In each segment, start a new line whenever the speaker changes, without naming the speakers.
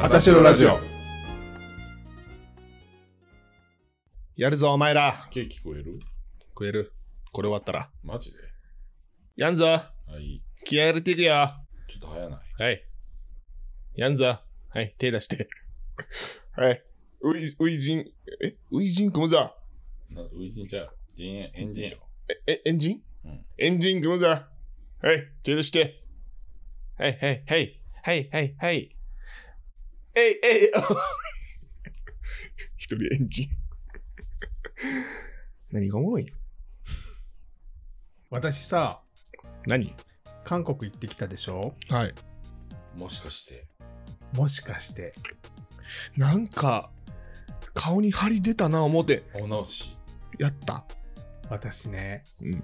あたしろラジオ。
やるぞ、お前ら。
ケーキ聞こえる
くれる。これ終わったら。
マジで
やんぞ。
はい。
気合入れていくよ。は
ちょっと早ない。
い。やんぞ。はい、手出して。はい。うい、ういじん、え、ういじんくむぞ。
なウイジンちゃう。ジンエン、エンジンやろ。
え、エンジン、
うん
エンジンくむぞ。はい、手出して。はい、はい、はい。はい、はい、はい。えい、えい、 お一人エンジン。 何がおもろい
私さ
何
韓国行ってきたでしょ
はい。
もしかして。
もしかして
なんか、顔に張り出たな、思って。
お直し。
やった。
私ね
うん。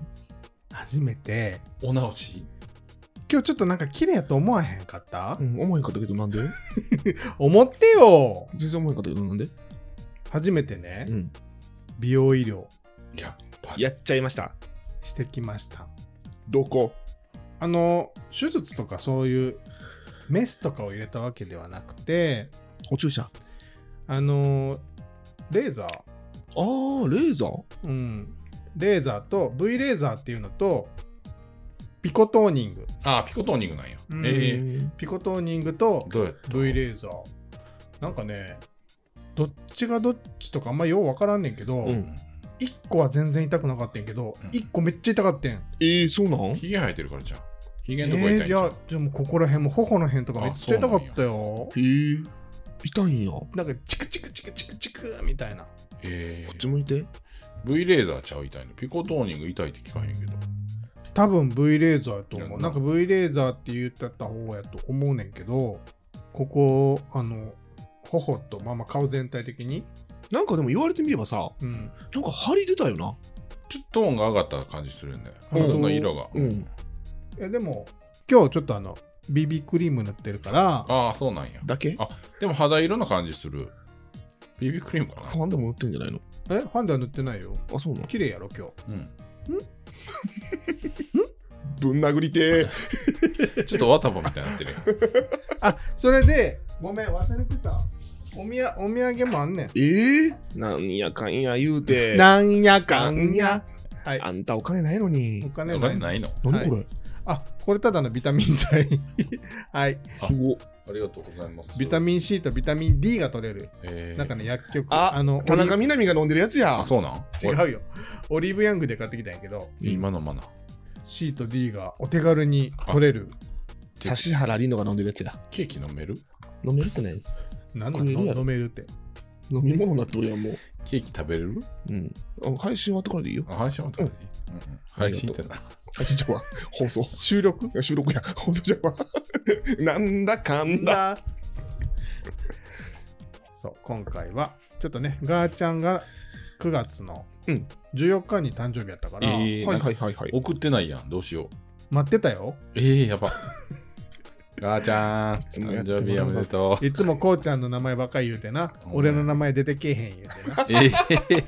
初めて
お直し。
今日ちょっとなんか綺麗やと思わへんかった、
うん、思えんかったけどなんで
思ってよ
全然思えんかったけどなんで
初めてね、
ん。
美容医療
やっぱり。
やっちゃいました。
してきました
どこ
あの手術とかそういうメスとかを入れたわけではなくて
お注射。あ
あのレーザー
ー、レーザー
うんレーザーと V レーザーっていうのとピコトーニング
ああ、ピコトーニングなんや。
うん
え
ピコトーニングと
えどうやった
V レーザーなんかねどっちがどっちとかあんまよう分からんねんけど、
う
うんん。
1個は全然痛くなかったんやけど、
うん
1個めっちゃ痛かったん
えー、そうなん
ヒゲ生えてるからじゃん。ヒ
え
ゲのとこ痛いん
ー、い
ちゃ
や
う
じゃあもうここら辺も頬の辺とかめっちゃ痛かったよ
えー、痛いんや。こ
なんかチクチクチクチクチクみたいな
ええ
っち向いて。
V レーザーちゃう痛いの。ピコトーニング痛いって聞かへんけど。
多分 V レーザーやと
い
思
や
う
な
なんか V レーザーって言ってた方やと思うねんけどここあの頬とまあまあ顔全体的に、
なんかでも言われてみればさ、
うん、
なんか張り出たよな。
ちょっとトーンが上がった感じするんだよ。
うん
肌の色が。
うん。
いやでも今日ちょっとあの BB クリーム塗ってるから
ああ、そうなんや。
だけ
あでも肌色な感じする。BB クリームかな
ファンでも塗ってんじゃないの
えファンデは塗ってないよ
あ、そうなん
綺麗やろ今日
うん。
ぶん殴りてー。
ちょっとワタボみたいになってる。
あそれでごめん忘れてたおみやお土産もあんね
えー、なんやかんや言うて。
んなんやかんやはい
あんたお金ないの
お
に。
金
お
な
金
い
ないの
何これ、
あこれただのビタミン剤 はい
すごっ。
ありがとうございます
ビタミン C とビタミン D が取れる
えー
なんかね薬局
あ
の
田中
オリ
みな実が飲んでるやつや
あ、。そうなん
違うよオリーブヤングで買ってきたんやけど
俺今のマナー。
C と D がお手軽に取れる
指原莉乃が飲んでるやつや。
ケーキ飲める
飲めるってね。
なんな
食えるやろ
の飲めるって
飲み物になって俺はもう。
ケーキ食べれる
うん。あ配信終わったからでいいよ。
あ配信はとかでいい、うんうん、配信ってな。
配信ちゃうわ。放送。
収録
いや収録や。放送ちゃうわ。 なんだかんだ。
だそう今回はちょっとねガーちゃんが9月の
うん
14日に誕生日やったから、
えー、
はい
なんか
はいはいはい。
送ってないやん。どうしよう。
待ってたよ
えー、やば。ガーちゃん、
つもや
誕
ってもらう
生日おめでとう。
いつもこうちゃんの名前ばっかり言うてな
うん
俺の名前出てけえへん言うてな
えー、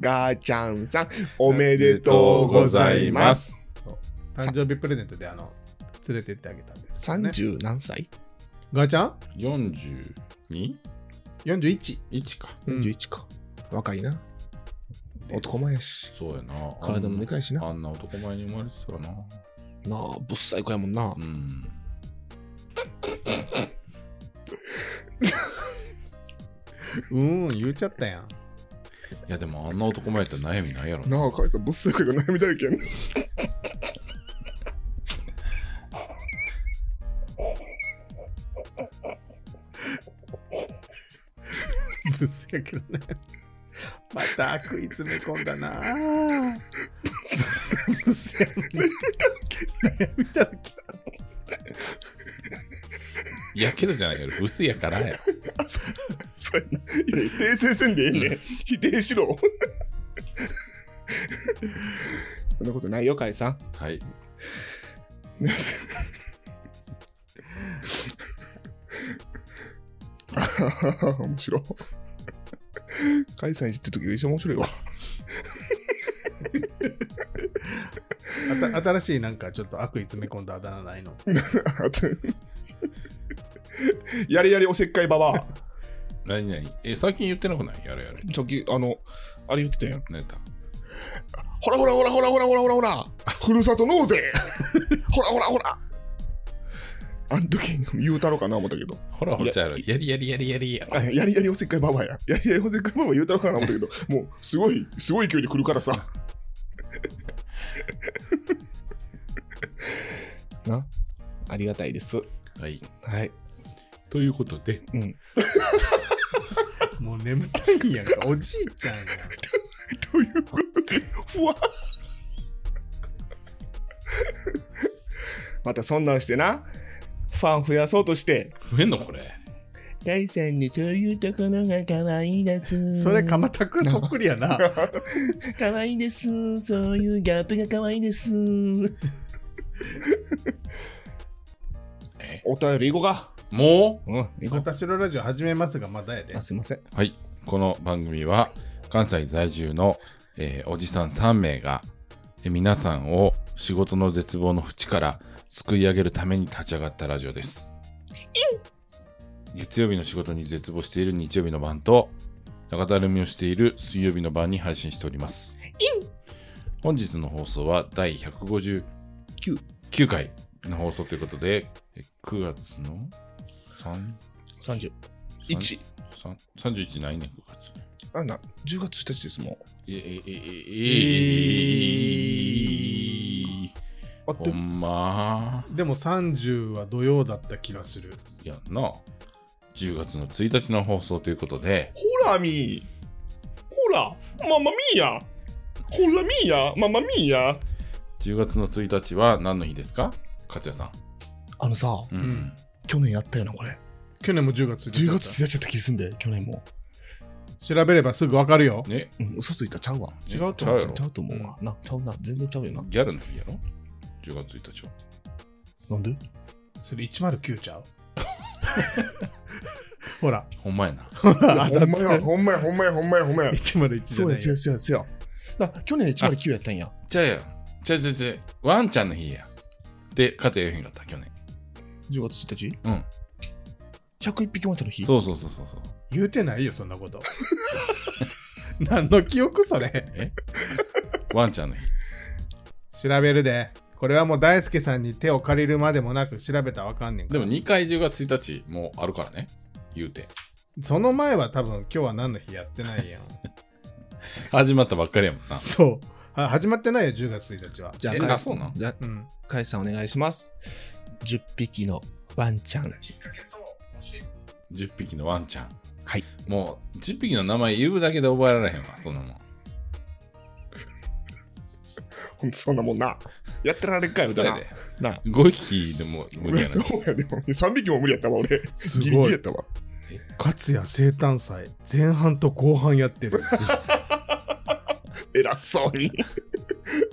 ガーちゃんさん、おめでとうございます。
す。
誕生日プレゼントであの連れてってあげたんですけどね、
三十何歳
ガーちゃん
42?1
41
か。
うん
?41 か。若いな。男前やし。
そうやな。
体もでかいしな。
あんな男前に生まれてたらな。
なあ、ぶっさい子やもんな
う。ん。
うーん言っちゃったやん
いや、でもあんな男前やったら悩みないやろな。
なあ、かいさん、ぶっさい子が悩みだらけやね。
ブスやけどねまた食い詰め込んだなぁブスやね悩みだらけ
いやけどじゃないけど、薄いやからや。
そうやな。いや、訂正せんでええねん。否定しろ。 そんなことないよ、かいさん。
はい。
面白い。解散してる時が一番面白いわ。
あた新しいなんかちょっと悪意詰め込んだあだ名ないの
あと やれやれおせっかいばばあ。
何々え、最近言ってなくないやれやれ。
さっき、あの、あれ言ってたやん。
ネタ。
ほらほらほらほらほらほらほらほら。ふるさと納税。ほらほらほら。あの時言うたろかな思ったけど。
ほらほら、じゃあやりやりやりやりや
あやりやりおせっかいばばあや。やりやりおせっかいばばあ言うたろかな思ったけど、もうすごい、すごい勢いで来るからさ。 な。ありがたいです。
はい。
はい。
ということで、
もう眠たいんやんか。おじいちゃんやん。
ということで、ふわまたそんなんしてな、ファン増やそうとして、
増えんのこれ。
大さんのそういうところが可愛いです。
それ、かまたくんそっくりやな。
可愛いです。そういうギャップが可愛いです。
え
お便り行こうか。
も
うん、行こう。
私のラジオ始めますが、まだやで
あ。すいません。
うはい。この番組は、関西在住の、えーおじさん3名が、え皆さんを仕事の絶望の淵から救い上げるために立ち上がったラジオです。月曜日の仕事に絶望している日曜日の晩と、中だるみをしている水曜日の晩に配信しております。本日の放送は第159
9
9回の放送ということで、え9月の 3?
30。1。
さ31ないねん、9月。
なんだ、10月1日ですもん。
ええええええ
あっ
ほ
てる
んま
でも30は土曜だった気がする。
やんな。10月の1日の放送ということで、
ほらみー。ほら、ママミーや。ほらみーや、ママミーや。
10月の1日は何の日ですか勝也さ
あのさ、
ん。うん。
うん
去年やったよな、これ。
去年も10月
10
10
月1日やった気すんで、去年も。
調べればすぐわかるよ。
ね、
うん、嘘ついたちゃうわ。
違うと
ちゃう
思う
やろ
ちゃうと思うわ。な、ちゃうな。全然ちゃうよな。
ギャルの日やろ ?10 月1日は。
なんで
それ109ちゃう ほら、
ほんまやな。
ほんまや、ほんまや、ほんまや、ほんまや、ほんまや。
101じ
そ
ゃ
う
な
や、
い
そう
よ
や、そうや、そうや。な去年109やったんや。
ちゃうやん。ちゃうちゃうちゃう。ワンちゃんの日や。で、勝也言えへんかった、去年。
10月1日
うん。
?101 匹ワンちゃんの日
そうそうそうそうそう。
言うてないよ、そんなこと。 何の記憶それ
ワンちゃんの日。
調べるで。これはもう大輔さんに手を借りるまでもなく調べたらわかんねんか
で
ら
も2回10月1日もあるからね。言うて。
その前は多分今日は何の日やってな いやん。
始まったばっかりやもんな。
そう。あ始まってないよ、10月1日は。
じゃあ、
え
カイ
あそうなん
じゃ
うん。
あ、カイさんお願いします。10匹のワンちゃん。
10匹のワンちゃん。
はい。
もう、10匹の名前言うだけで覚えられへんわ、そんなもん。
ほん とそんなもんな。やってられっかよ、歌
それ
な
で。
な。
5匹でも無理やな。
そうやでも3匹も無理やったわ俺
す
ギリギ
ご
リやっ
い。
たわ
勝也生誕祭、前半と後半 やってる。
偉そうに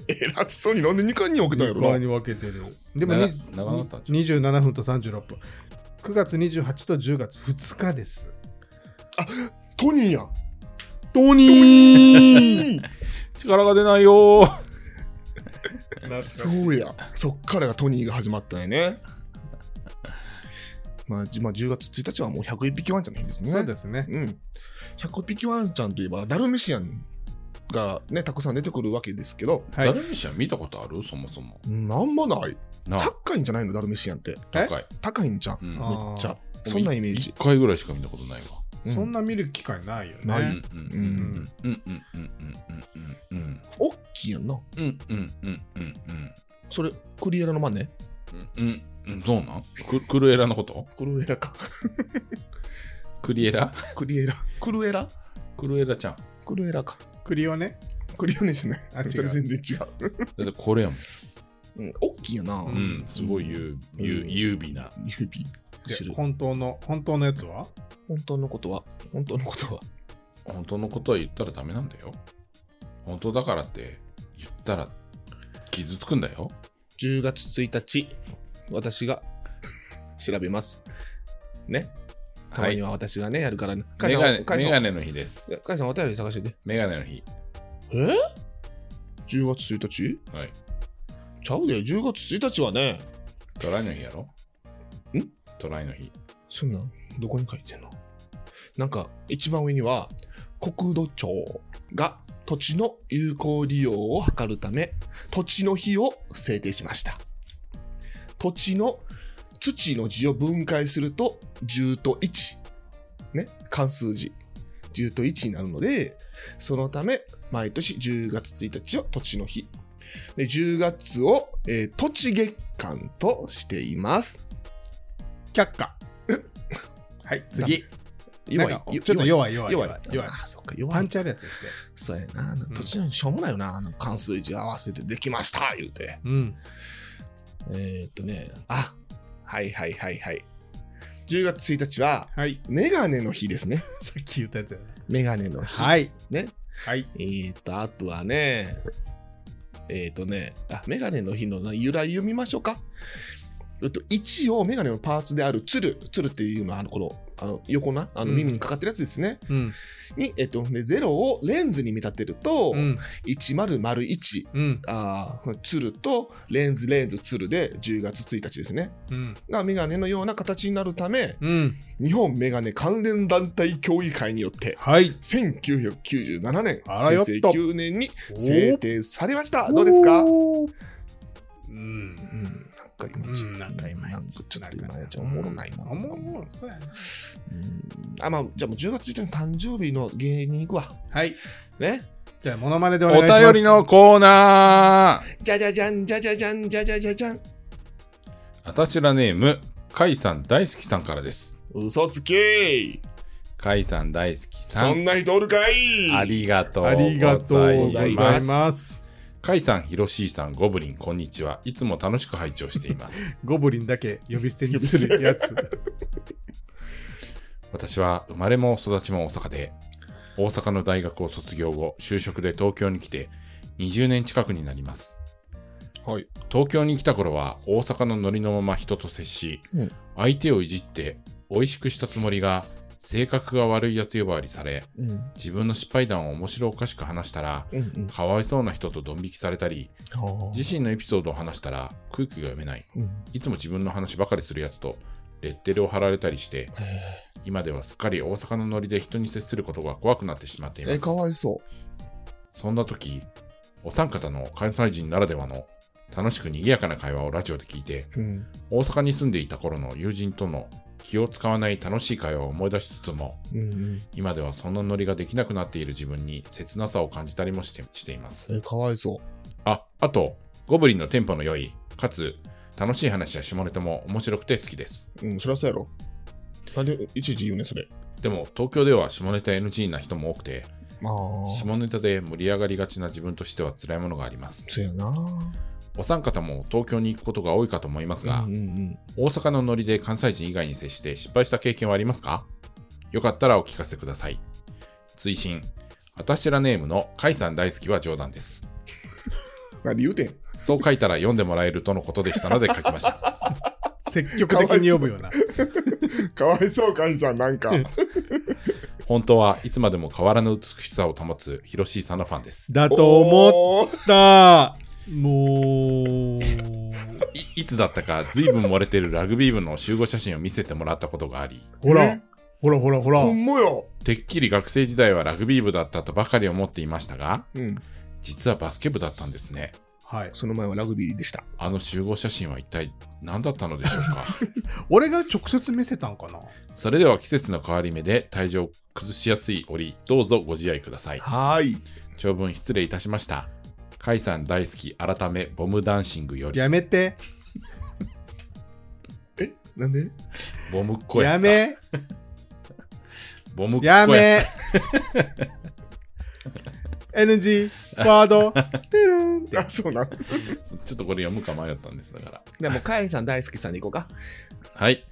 偉そうになんで2巻に置けたんやろ
側
な
に分けてる。でも
長
に
長かったんちゃ
27分と36分。9月28と10月2日です。
トニーやん
トニー
力が出ないよー。
そうやそっからがトニーが始まったんやねまあ、じまあ、10月1日はもう101匹ワンちゃんの日ですね
そうですね。
うん、100匹ワンちゃんといえばダルメシアンがねたくさん出てくるわけですけど、
はい
ダルミシャン見たことあるそもそも。
うん、あんまない
なあ、
高いんじゃないのダルメシアンって
え
高い。
高いんじゃん
うん。
あ
めっちゃ
ー
そんなイメージ
1、回ぐらいしか見たことないわ。
うん
そんな見る機会ないよね。
な
うん
い
うん
うん
うんうんうんうんうんうん
大きいやんな
うんうんうんうんうんうん
それクリエラのマネ
うんうんどうなんククルエラのこと
クルエラか
クリエラ
クリエラクルエラ
クルエラちゃん。
クルエラか
クリオね。
クリオネじゃない
あ違う
それ全然違
だってこれやも
う、う
ん。
ん、大きいやな
う
うん、すごい優優優美な。
指
で
知る
本当の、本当のやつは
本当のことは本当のことは
本当のことは言ったらダメなんだよ。本当だからって言ったら傷つくんだよ。
10月1日私が調べますねたまには私がね、やるからねカ
メ
イさん
ガネ
カイ
メ
さ
ガ
ん
ネの日です。
カイさんお便り探してて
メガネの日。
え ?10 月1日
はい。
ちゃうで10月1日はね
トライの日やろ
ん
トライの日。
そんなん、どこに書いてんのなんか、一番上には、国土庁が土地の有効利用を図るため、土地の日を制定しました。土地の土の字を分解すると、10と1。ね、関数字。10と1になるので、そのため、毎年10月1日を土地の日。で10月を、えー土地月間としています。
却下。 はい、次。
弱い
なんか。ちょっと弱い弱い
弱
弱
い
い。弱い
あ。あ、そっか、弱
パ
い
ン。チあるやつにして。
そうやな。土地のしょうもないよな。あの関数字合わせてできました、言うて。
うん。
えー、っとね、あ、はいはいはいはい。10月1日は、
はい。
メガネの日ですね。
さっき言ったやつやね。
メガネの日。
はい。
ね。
はい。
えー、っと、あとはね、えー、っとね、あ、メガネの日のな由来読みましょうか。えっと、1をメガネのパーツである、つる、つるっていうのは、あの、この、あの横な、あの
うん
耳にかかってるやつですね。
うん。
に、えっと、で、0をレンズに見立てると、
うん。
1001、
うん。
あーつるとレンズレンズつるで10月1日ですね
うん。
がメガネのような形になるため
うん。
日本メガネ関連団体協議会によって
はい。
1997年
あらよ
平
っと
成9年に制定されましたどうですか
おーう。
うんん、なんかいまいち、
うんなんかいまいち
なんかちょっといまいちおもろないな。
あ、もう、そうやね。
うんあ、まあ、じゃあもう10月1日の誕生日の芸人行くわ。
はい。
ね。
じゃあ、モノマネでお願いします。
お便りのコーナー
じゃじゃじゃん、じゃじゃじゃん、じゃじゃじゃじゃん。
あたしらネーム、かいさん大好きさんからです。
嘘つけ
かいさん大好きさ
そ
ん、
んな人おるかい
ありがとう
ありがとう
ご
ご
ざ
ざ
い
い
ま。
ますす。
かいさん、ひろしーさん、ゴブリン、こんにちは。いつも楽しく拝聴しています。
ゴブリンだけ呼び捨てにするや つ。
私は生まれも育ちも大阪で、大阪の大学を卒業後、就職で東京に来て、20年近くになります。
はい。
東京に来た頃は大阪のノリのまま人と接し、
うん
相手をいじって美味しくしたつもりが性格が悪いやつ呼ばわりされ
うん。うん
自分の失敗談を面白おかしく話したら
うん。
かわいそうな人とドン引きされたり自身のエピソードを話したら空気が読めない
身。
いつも自分の話ばかりするやつとレッテルを貼られたりして今ではすっかり大阪のノリで人に接することが怖くなってしまっていま
え、
す
かわいそ
そんな時お三方の関西人ならではの楽しく賑やかな会話をラジオで聞いて
う。うん。
大阪に住んでいた頃の友人との気を使わない楽しい会話を思い出しつつも
うんうん。
今ではそんなノリができなくなっている自分に切なさを感じたりもしてしています
え、かわいそ
ああとゴブリンのテンポの良いかつ楽しい話や下ネタも面白くて好きです
う。うん、そりゃそうやろ。なんで、いちいち言うねん、それ。
でも東京では下ネタ NG な人も多くて
まあ、
下ネタで盛り上がりがちな自分としては辛いものがあります
そうやな。
お三方も東京に行くことが多いかと思いますが、
うんうん
大阪のノリで関西人以外に接して失敗した経験はありますかよかったらお聞かせください。追伸あたしらネームの甲斐さん大好きは冗談です。
うん。何言うてん。
そう書いたら読んでもらえるとのことでしたので書きました。
積極的に呼ぶような。
かわいそう、かいさん、なん か。
本当はいつまでも変わらぬ美しさを保つヒロシーさんのファンです。
だと思っ
おー
た。もう。
いいつだったか随分漏れてるラグビー部の集合写真を見せてもらったことがあり、
ほら
え、
ほらほらほら
ほ。んまよ。
てっきり学生時代はラグビー部だったとばかり思っていましたが、
うん。
実はバスケ部だったんですね。
はい。
その前はラグビーでした。
あの集合写真は一体何だったのでしょうか
俺が直接見せたんかな
それでは季節の変わり目で体調を崩しやすい折、どうぞご自愛ください。
はーい。
長文失礼いたしました。甲斐さん大好き、改め、ボムダンシングより、
やめて。
え、なんで
ボムっ子や
やめ。
ボムっ子
や め。NG ワー ド。てるん
あ、そうなん。
ちょっとこれ読むか迷ったんですだから。
でも、かいさん大好きさんでいこうか。
はい、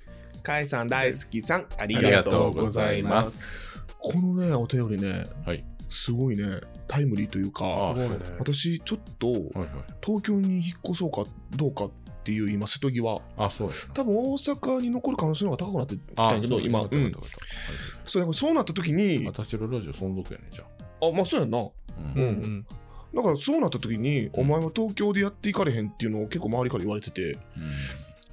かいさん大好きさん、あり
ありがとうございま。す。
このね、お便りね、
はい、
すごいね、タイムリーという
あ
か、
そう
私、ちょっと、
はいはい。
東京に引っ越そうかどうかっていう今瀬戸際
あ、そうですね。
多分大阪に残る可能性の方が高くなってきたん
あ
やけど今、
そう
う
です
ん、
ね
そうだからそうなった時に
はい私のラジオ存続やね、じゃ
あまあそうやんな
あ。う
うんんうん。
だからそうなった時にお前は東京でやっていかれへんっていうのを結構周りから言われてて
うん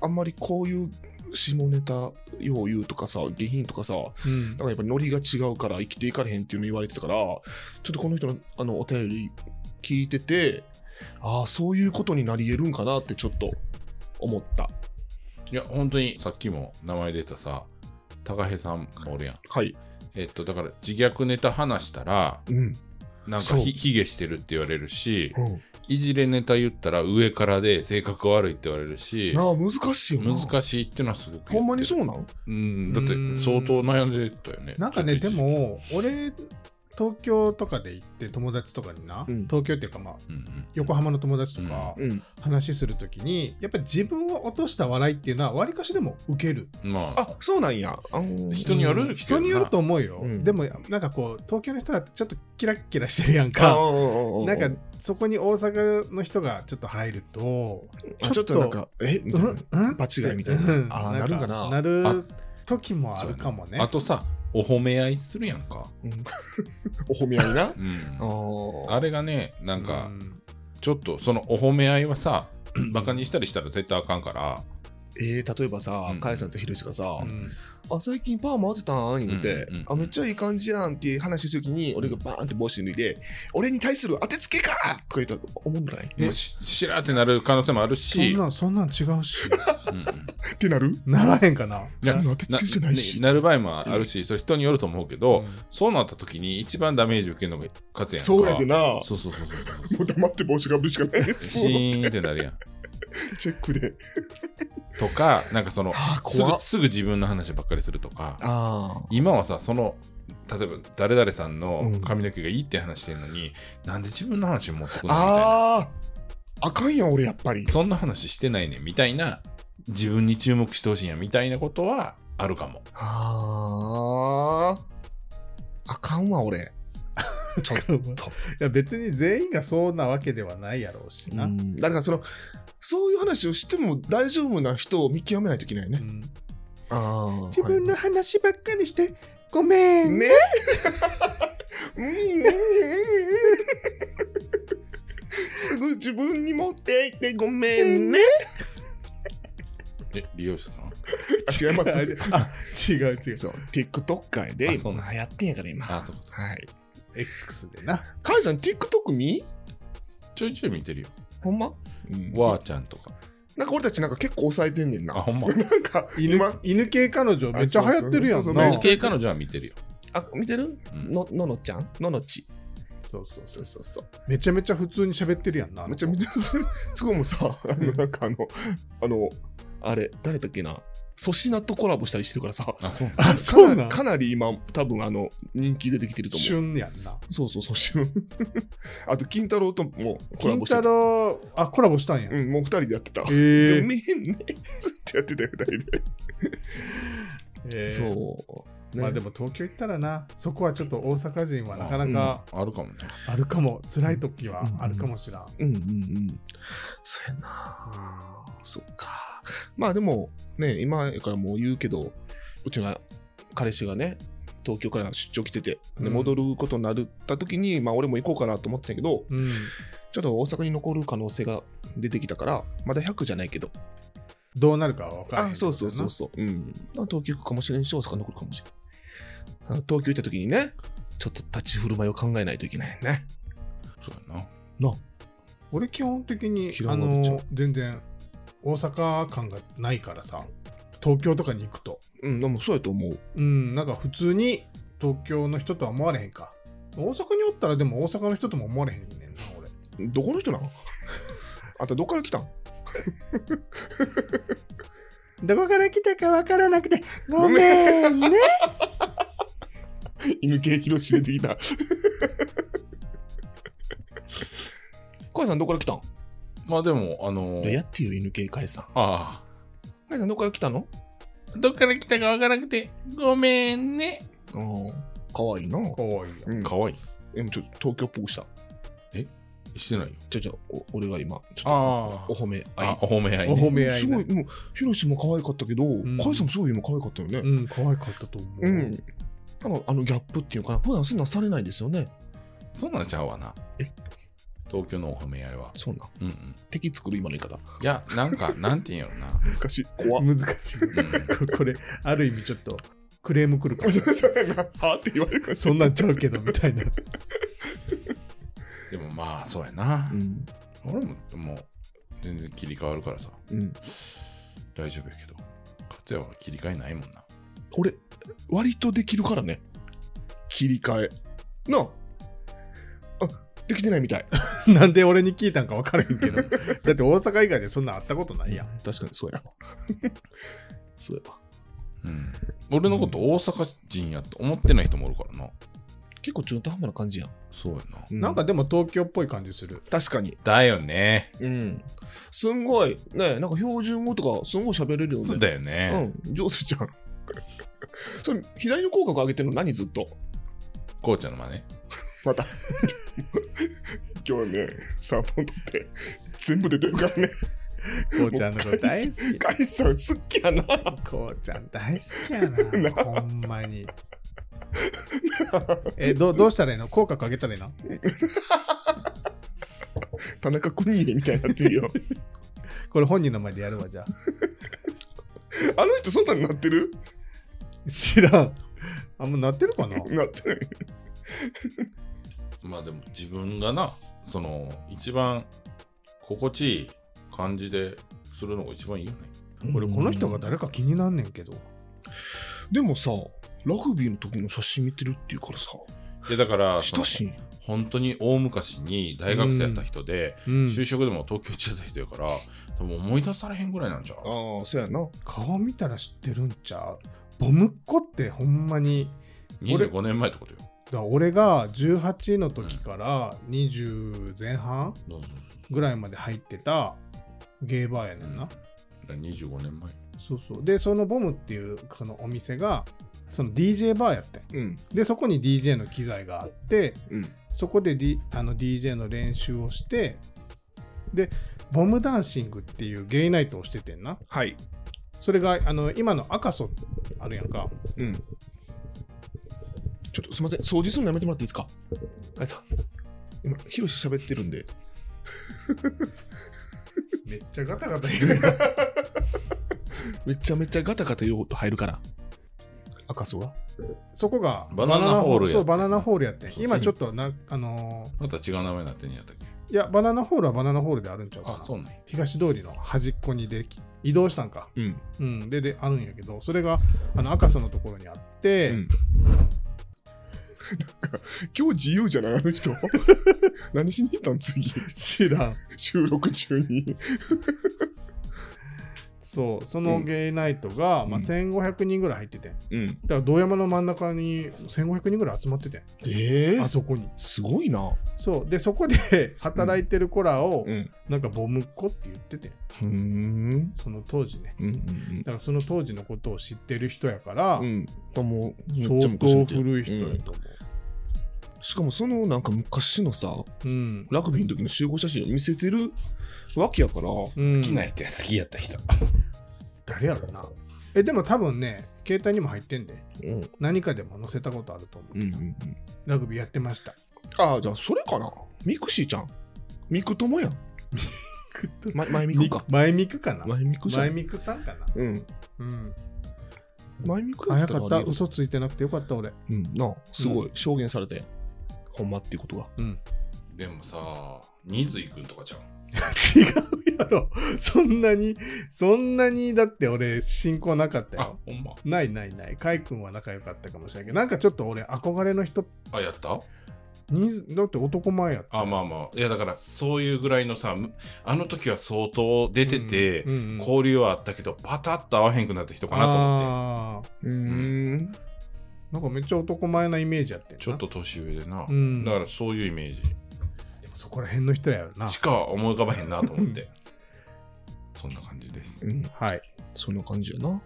あんまりこういう下ネタよう言うとかさ下品とかさ
うん
だからやっぱりノリが違うから生きていかれへんっていうの言われてたからちょっとこの人のあのお便り聞いててああそういうことになりえるんかなってちょっと思った
いや、本当にさっきも名前出たさ、高平さんもおるやん。
はい
えっと、だから自虐ネタ話したら、
うん
なんか
そう
ひひげしてるって言われるし、
うん
いじれネタ言ったら上からで性格悪いって言われるし、
なあ難しいよな
難しいっていうのはすごく
ほんまに
う
そうなん
うん、だって相当悩んでたよね。
なんかね、
ちょっと一時
で
期、
も、俺、東京とかで行って、友達とかにな、
うん
東京っていうか、まあ、
うんうん
横浜の友達とか
うん
話するときに、やっぱり自分を落とした笑いっていうのは、わりかしでも受ける。
まあ、
あそうなんやあの
人によるけどな
人によると思うよ。
うん
でも、なんかこう、東京の人だってちょっとキラッキラしてるやん
あ
か。
ー
なんかそこに大阪の人がちょっと入ると
あちょっとなんかえみたいな
うんうん
場違いみたいな
うん
あーなるんかな
なる時もあるかもね
あとさ、お褒め合いするやんか。
うんお褒め合いな
うん
あー
あれがね、なん
う
か、
ん
ちょっとそのお褒め合いはさ、 バカにしたりしたら絶対あかんから、
えー、例えばさ
うん、
カエさんとヒロシがさ
う、ん
あ、最近パーマ当てたん言うて
うんうんうん、
あ、めっちゃいい感じやんって話した時に、俺がバーンって帽子脱いで、俺に対する当てつけかとか言ったら、思んない
もうししらーってなる可能性もある
そ
し、
んなんそんなん違 うし
うんう
っ
ん
てなる
ならへんかな
な
そんな当てつけじゃないし
なねなる場合もあるし、それ人によると思うけど、
うん
そうなった時に一番ダメージ受けるのが勝つやんか。
そうやでな。も
そうそうそうそう。
う黙って帽子かぶる しかないです。
シ
チェ
ーンってなるやん。
ックで。
とか、なんかその、
あー、
す
怖
ぐ
っ。
すぐ自分の話ばっかりするとか、
あー
今はさ、その、例えば誰々さんの
うん
髪の毛がいいって話してるのに、なんで自分の話持ってこないみたいな。
あー、あかんやん、俺やっぱり。
そんな話してないねんみたいな、自分に注目してほしいんやみたいなことはあるかも。
あー、あかんわ、俺。ちょっ と。
いや別に全員がそうなわけではないやろうしな、
う
うん
んだからそのそういう話をしても大丈夫な人を見極めないといけないね。あー
自分の
は
話ばっかりしてごめ
い
ん、
ね。うんうんうんすぐ自分に持っていってごめんね。
え、利用者さん
違いま
あ
す。
違う違 う
そう、TikTok 界で
あそう
今
なん
流行ってんやから今。
あ、そうかそうか。
はい。
X でな
カイさん TikTok 見
ちょいちょい見てるよ。
ほんま、うん
わーちゃんとか。
なんか俺たちなんか結構抑えてんねんな。
あ、ほんま。
なんか
犬
今、
犬系彼女めっちゃ流行ってるやんな
そうそうそう
何
そう
系彼女は見てるよ。
あ、見てる、
うん
のののちゃんののち。
そうそう
そうそうそう。
めちゃめちゃ普通に喋ってるやんなあの
めちゃ
子
めちゃ、すごいもうさ、あの、なんかあの、あの、あれ、誰だっけな、粗品とコラボしたりしてるからさ、
あ、そうなの
あそうなん
かなり今、多分あの、人気出てきてると思う。
旬やんな
そうそう、粗品。 あと、金太郎ともコラ
金
ボして
太
た。
郎あコラボしたんや、
うん、もう二人でやってた。
え
ごめんね。ずっとやってたよ、二人で。
えー
そう。
まあ
ね
でも東京行ったらなそこはちょっと大阪人はなかなか
あるかもね。
あるかも、辛い時はあるかもしらん、
うんうんうん。そうやなそっか。まあでも、ね、今からもう言うけど、うちの彼氏がね、東京から出張来てて、
う
で
ん
戻ることになった時に、まあ俺も行こうかなと思ってたけど、
うん
ちょっと大阪に残る可能性が出てきたから、まだ100じゃないけど、
どうなるかは分からへん
あ、そうそうそうそう、うん。まあ東京行くかもしれんし、大阪残るかもしれん。あの東京行った時にね、ちょっと立ち振る舞いを考えないといけないよね。
そうやな。
俺基本的に
嫌
あ
われちゃう
の全然大阪感がないからさ東京とかに行くと
うん、でもそうやと思う。
うんなんか普通に東京の人とは思われへんか大阪におったらでも大阪の人とも思われへんねんな俺
どこの人なの あんたどっから来たん
どこから来たか分からなくてご
め
んね
犬系ひろし出てきた。 カイさんどこから来たん
まあでも、あのー
やってよ、犬系カイさん。
あ
カイさんどこから来たの
あ。どっから来たかわからなくて、ごめんね。
あかわいいな。
かわいいよ
うん、
かわいい。
でもちょっと東京っぽくした。
してないよ。
じゃあじゃあお俺が今、ちょ
あ
っ
ー
とお褒め合
あ
い、。
お褒め合い
お
ね。
褒め合い
すご
ね
い、もう、ひろしも可愛かったけど、
ん
カイさんもすごい今可愛かったよ
う
ね。
ん可愛かったと思う、
うん。なんかあのギャップっていうのかな、普段そんなんされないですよね。
そんなんちゃうわな。東京のお褒め合いは。
そうなん。
うんうん。
敵作る今の言い方。
いや、なんか、なんて言うんやろな。
難しい。怖っ。
難し い。
うん
ここれ、ある意味ちょっとクレームくるか も。
そうやな。はって言われるから
そんなんちゃうけど、みたいな。
でもまあ、そうやな
う。ん。
俺も、もう、全然切り替わるからさ、
うん。
大丈夫やけど、勝也は切り替えないもんな。
俺、割とできるからね。切り替え。なあ。あ、できてないみたい。
なんで俺に聞いたんか分からへんけど。だって大阪以外でそんなんあったことないやん。
確かにそうやわ。 そうやわ。
うん。俺のこと大阪人やと思ってない人もおるからな。
結構中途半端な感じやん。
そうやな。
なんかでも東京っぽい感じする。
確かに。
だよね。
うん。すんごい、ね、なんか標準語とかすんごい喋れるよね。
そうだよね。
うん、上手じゃん。 それ、左の口角上げてるの何ずっと
こうちゃんの真似。
また。今日ね、3本取って、全部出てるからね。
こうちゃんのこと大好き。
カイさん、好きやな。
こうちゃん大好きや な。ほんまに。え、どどうしたらいいの口角上げたらいいの
田中邦衛みたいになってるよ。
これ本人の前でやるわ、じゃあ。
あの人、そんなんなってる
知らん。あんまなってるかな
なってない。
まあでも自分がな、その、一番心地いい感じでするのが一番いいよね。
俺この人が誰か気になんねんけど。
でもさ、ラグビーの時の写真見てるっていうからさ、
で、だ から、そ
親
の
しい。
本当に大昔に大学生やった人で、
うん
就職でも東京行っちゃった人やから、多分思い出されへんぐらいなんちゃう
ああ、そうやな。
顔見たら知ってるんちゃうボムっ子ってほんまに
?25 年前ってことよ。
だから俺が18の時から20前半
そうそう
ぐらいまで入ってたゲーバーやね
そうん
な、
うん25年前。
そうそうでそのボムっていうそのお店がその DJ バーやってん
うん。
でそこに DJ の機材があって
うん。
そこで、D、あの DJ の練習をしてでボムダンシングっていうゲイナイトをしててんな
はい。
それがあの今の赤楚あるやんか
うん。ちょっとすみません、掃除するのやめてもらっていいですかあいさん。今、ヒロシ喋ってるんで。
めっちゃガタガタ言うやん
めちゃめちゃガタガタ言うと入るから。赤楚が
そこが
バナナホールやってん
そうバナナホールやってん
そう
今ちょっとなあの
また違う名前になってんやったっけ
ーいやバナナホールはバナナホールであるんちゃうかな
あ、そうなんや。
東通りの端っこにでき移動したんか、
うん。
うん、でであるんやけどそれがあの赤楚のところにあって、
うん今日自由じゃないあの人。 何しに行ったん次。
知らん
収録中に。
そうそのゲイナイトが、
うん
まあ、1500人ぐらい入っててだか
うん。
ら堂山の真ん中に1500人ぐらい集まってて
ええ
あそこに
すごいな。
そうでそこで 働いてる子らを、
ん。
なんかボムっ子って言ってて
うん。うん。
その当時ね
うん
だ。からその当時のことを知ってる人やから、
うん。ともうめっちゃ
相
昔
当
見てる
古い人
う
や
ん
と思う。
しかもそのなんか昔のさ、
うん
ラグビーの時の集合写真を見せてるわけやから。
うん
人や好きやった人。
誰やろなえでも多分ね携帯にも入ってんで
うん。
何かでも載せたことあると思う、
うんうんうん。
ラグビーやってました
ああ、じゃあそれかな。ミクシーちゃん。ミク友やん。ま、前ミクか。
前ミクかな
前ミクじゃ
前
ん。
ミクさんかな
うん。
うん
前ミクや
早
った
からった
あれ
嘘ついてなくてよかった俺
うん。なあ、すごい、証言されたやん。ほんまっていうことが。
うん
でもさ、水井くんとかちゃう
違うやろそんなにそんなにだって俺信仰なかった
あ
よ、
ほんま。
ないないないカイ君は仲良かったかもしれないけどなんかちょっと俺憧れの人
あ、やった
にだって男前やった
あ、まあまあ。いや、だから、そういうぐらいのさ、むあの時は相当出てて、
うんうんうん
交流はあったけど、パタッと会わへんくなった人かなと思って。
あー
うーん。
なんかめっちゃ男前なイメージやってんな
ちょっと年上でな。
うん
だから、そういうイメージ
でもそこら辺の人やよな
しか思い浮かばへんなと思って。そんな感じです。
うん。
はい
そんな感じやな。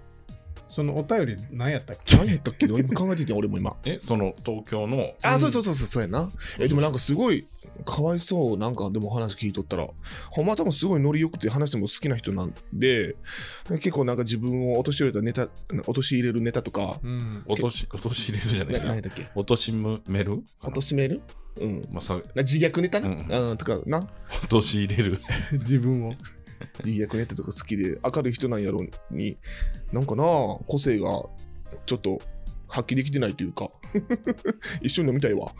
そのお便り何やったっけ
何やったっけ今考えてて俺も今。
え、その東京の、
あ、そうそうそうそう、そうやな。え、でもなんかすごい、かわいそう、なんかでも話聞いとったら、ほんま多分すごいノリよくて話しても好きな人なんで、結構なんか自分を陥れたネタ、陥れるネタとか、
うん。
落とし、落とし入れるじゃ
な
な
い何
か
や
な。
ったっけ
落としむめるかな
貶めるうん。
まあ、さ落
な自虐ネタな、
う
うんん、とかな。
とし入れる。
自分を。
自虐ネタとか好きで、明るい人なんやろに、なんかな、個性がちょっと発揮できてないというか、 一緒に飲みたいわ。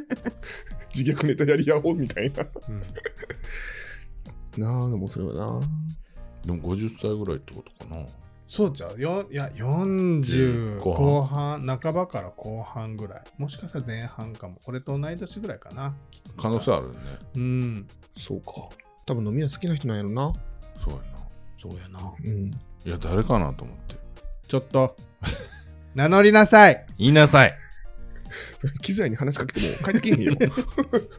自虐ネタやり合おうみたいな。
うん
なあ、でもそれはな。
でも50歳ぐらいってことかな。
そうじゃうよいや40
後
後
半
半半ばから後半ぐらいもしかしたら前半かも俺と同い年ぐらいかな
可能性あるよね。
うん
そうか。多分飲み屋好きな人なんやろな。
そうやな。
そうやな
うん。
いや、誰かなと思って。
ちょっと名乗りなさい
言いなさい
機材に話しかけても帰ってけえへ んよ。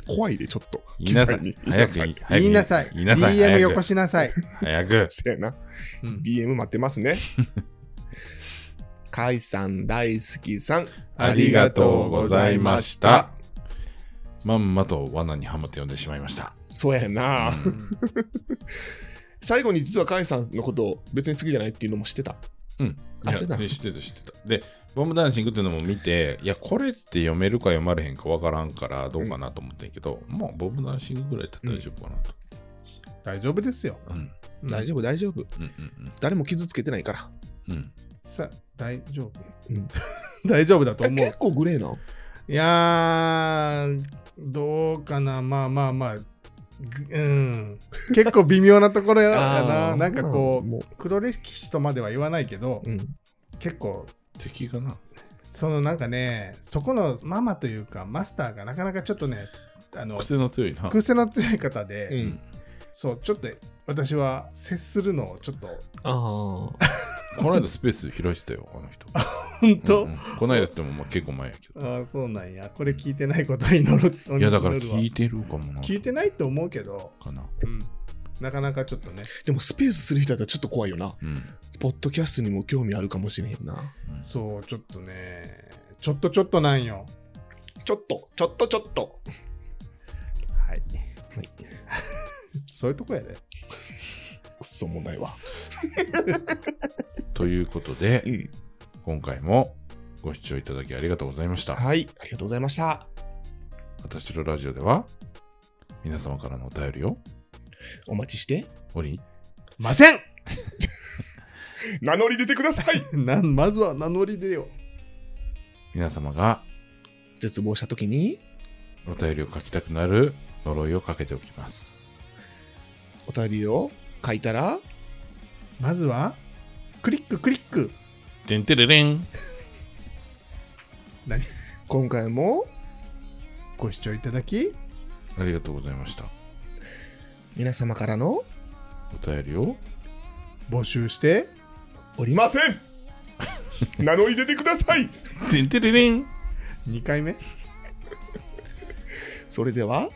怖いで、ちょっと。
言いなさい
機材に
早く言い、早く
言いなさい
言いなさい。
DM
早
よ
く
こしなさい、
早く。
せやな。
うん
DM 待ってます ね。カイさん大好きさん。
ありがとうございました。まんまと罠にはまって呼んでしまいました。
そうやな。
うん
最後に実はカイさんのことを別に好きじゃないっていうのも知ってた。
うん。い
あ
や
知ってた
で知ってた、知ってた。で、ボムダンシングっていうのも見て、いや、これって読めるか読まれへんかわからんから、どうかなと思ったんやけど、もうボムダンシングぐらいだったら大丈夫かなと。
大丈夫ですよ、
うん。
大
夫
丈夫、大丈夫。
うん
誰も傷つけてないから。
うんうん。
さ大丈夫、
うん
大丈夫だと思う
結構グレーな。
いやーどうかなまあまあまあぐうん、結構微妙なところや ななんかこう
も
黒歴史とまでは言わないけど、
う、うん。
結構
敵がな。
そのなんかねそこのママというかマスターがなかなかちょっとねあの
癖の強いな。
癖の強い方で、
うん
そうちょっと私は接するのをちょっと
ああ。
この間スペース開いてたよ、あの人。
本当、
うんうんこの間って言ってもまあ結構前やけど。
ああそうなんやこれ聞いてないことを祈る
いや、だから聞
祈
い
る
てるかもな。
わ聞いてないと思うけど、
かな。
うん、なかなかちょっとね
でもスペースする人だったらちょっと怖いよな。
うん。
ポッドキャストにも興味あるかもしれんよな。
うん
そうちょっとねちょっとちょっとなんよ
ちょっと、ちょっと、ちょっと。
はい
はい、
そういうとこやで
くそもないわ。
ということで
う、ん。
今回もご視聴いただきありがとうございました。
はい、ありがとうございました。
私のラジオでは皆様からのお便りを
お待ちして。
折り
ません
名乗り出てください
なんまずは名乗りでよ
皆様が
絶望した時に、
お便りを書きたくなる呪いをかけておきます
お便りを書いたら、
まずはクリッククリック
てんてれれん
何
今回も
ご視聴いただき
ありがとうございました
皆様からの、
お便りを
募集して
おりません 名乗り出てください
てんてれれん
2回目
それでは、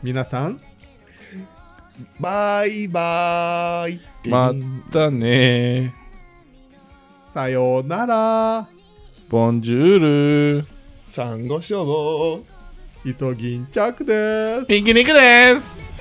皆さん
バイバーイって
またね
さようなら
ボンジュール
サンゴ礁
イソギンチャクです
ピンキニクです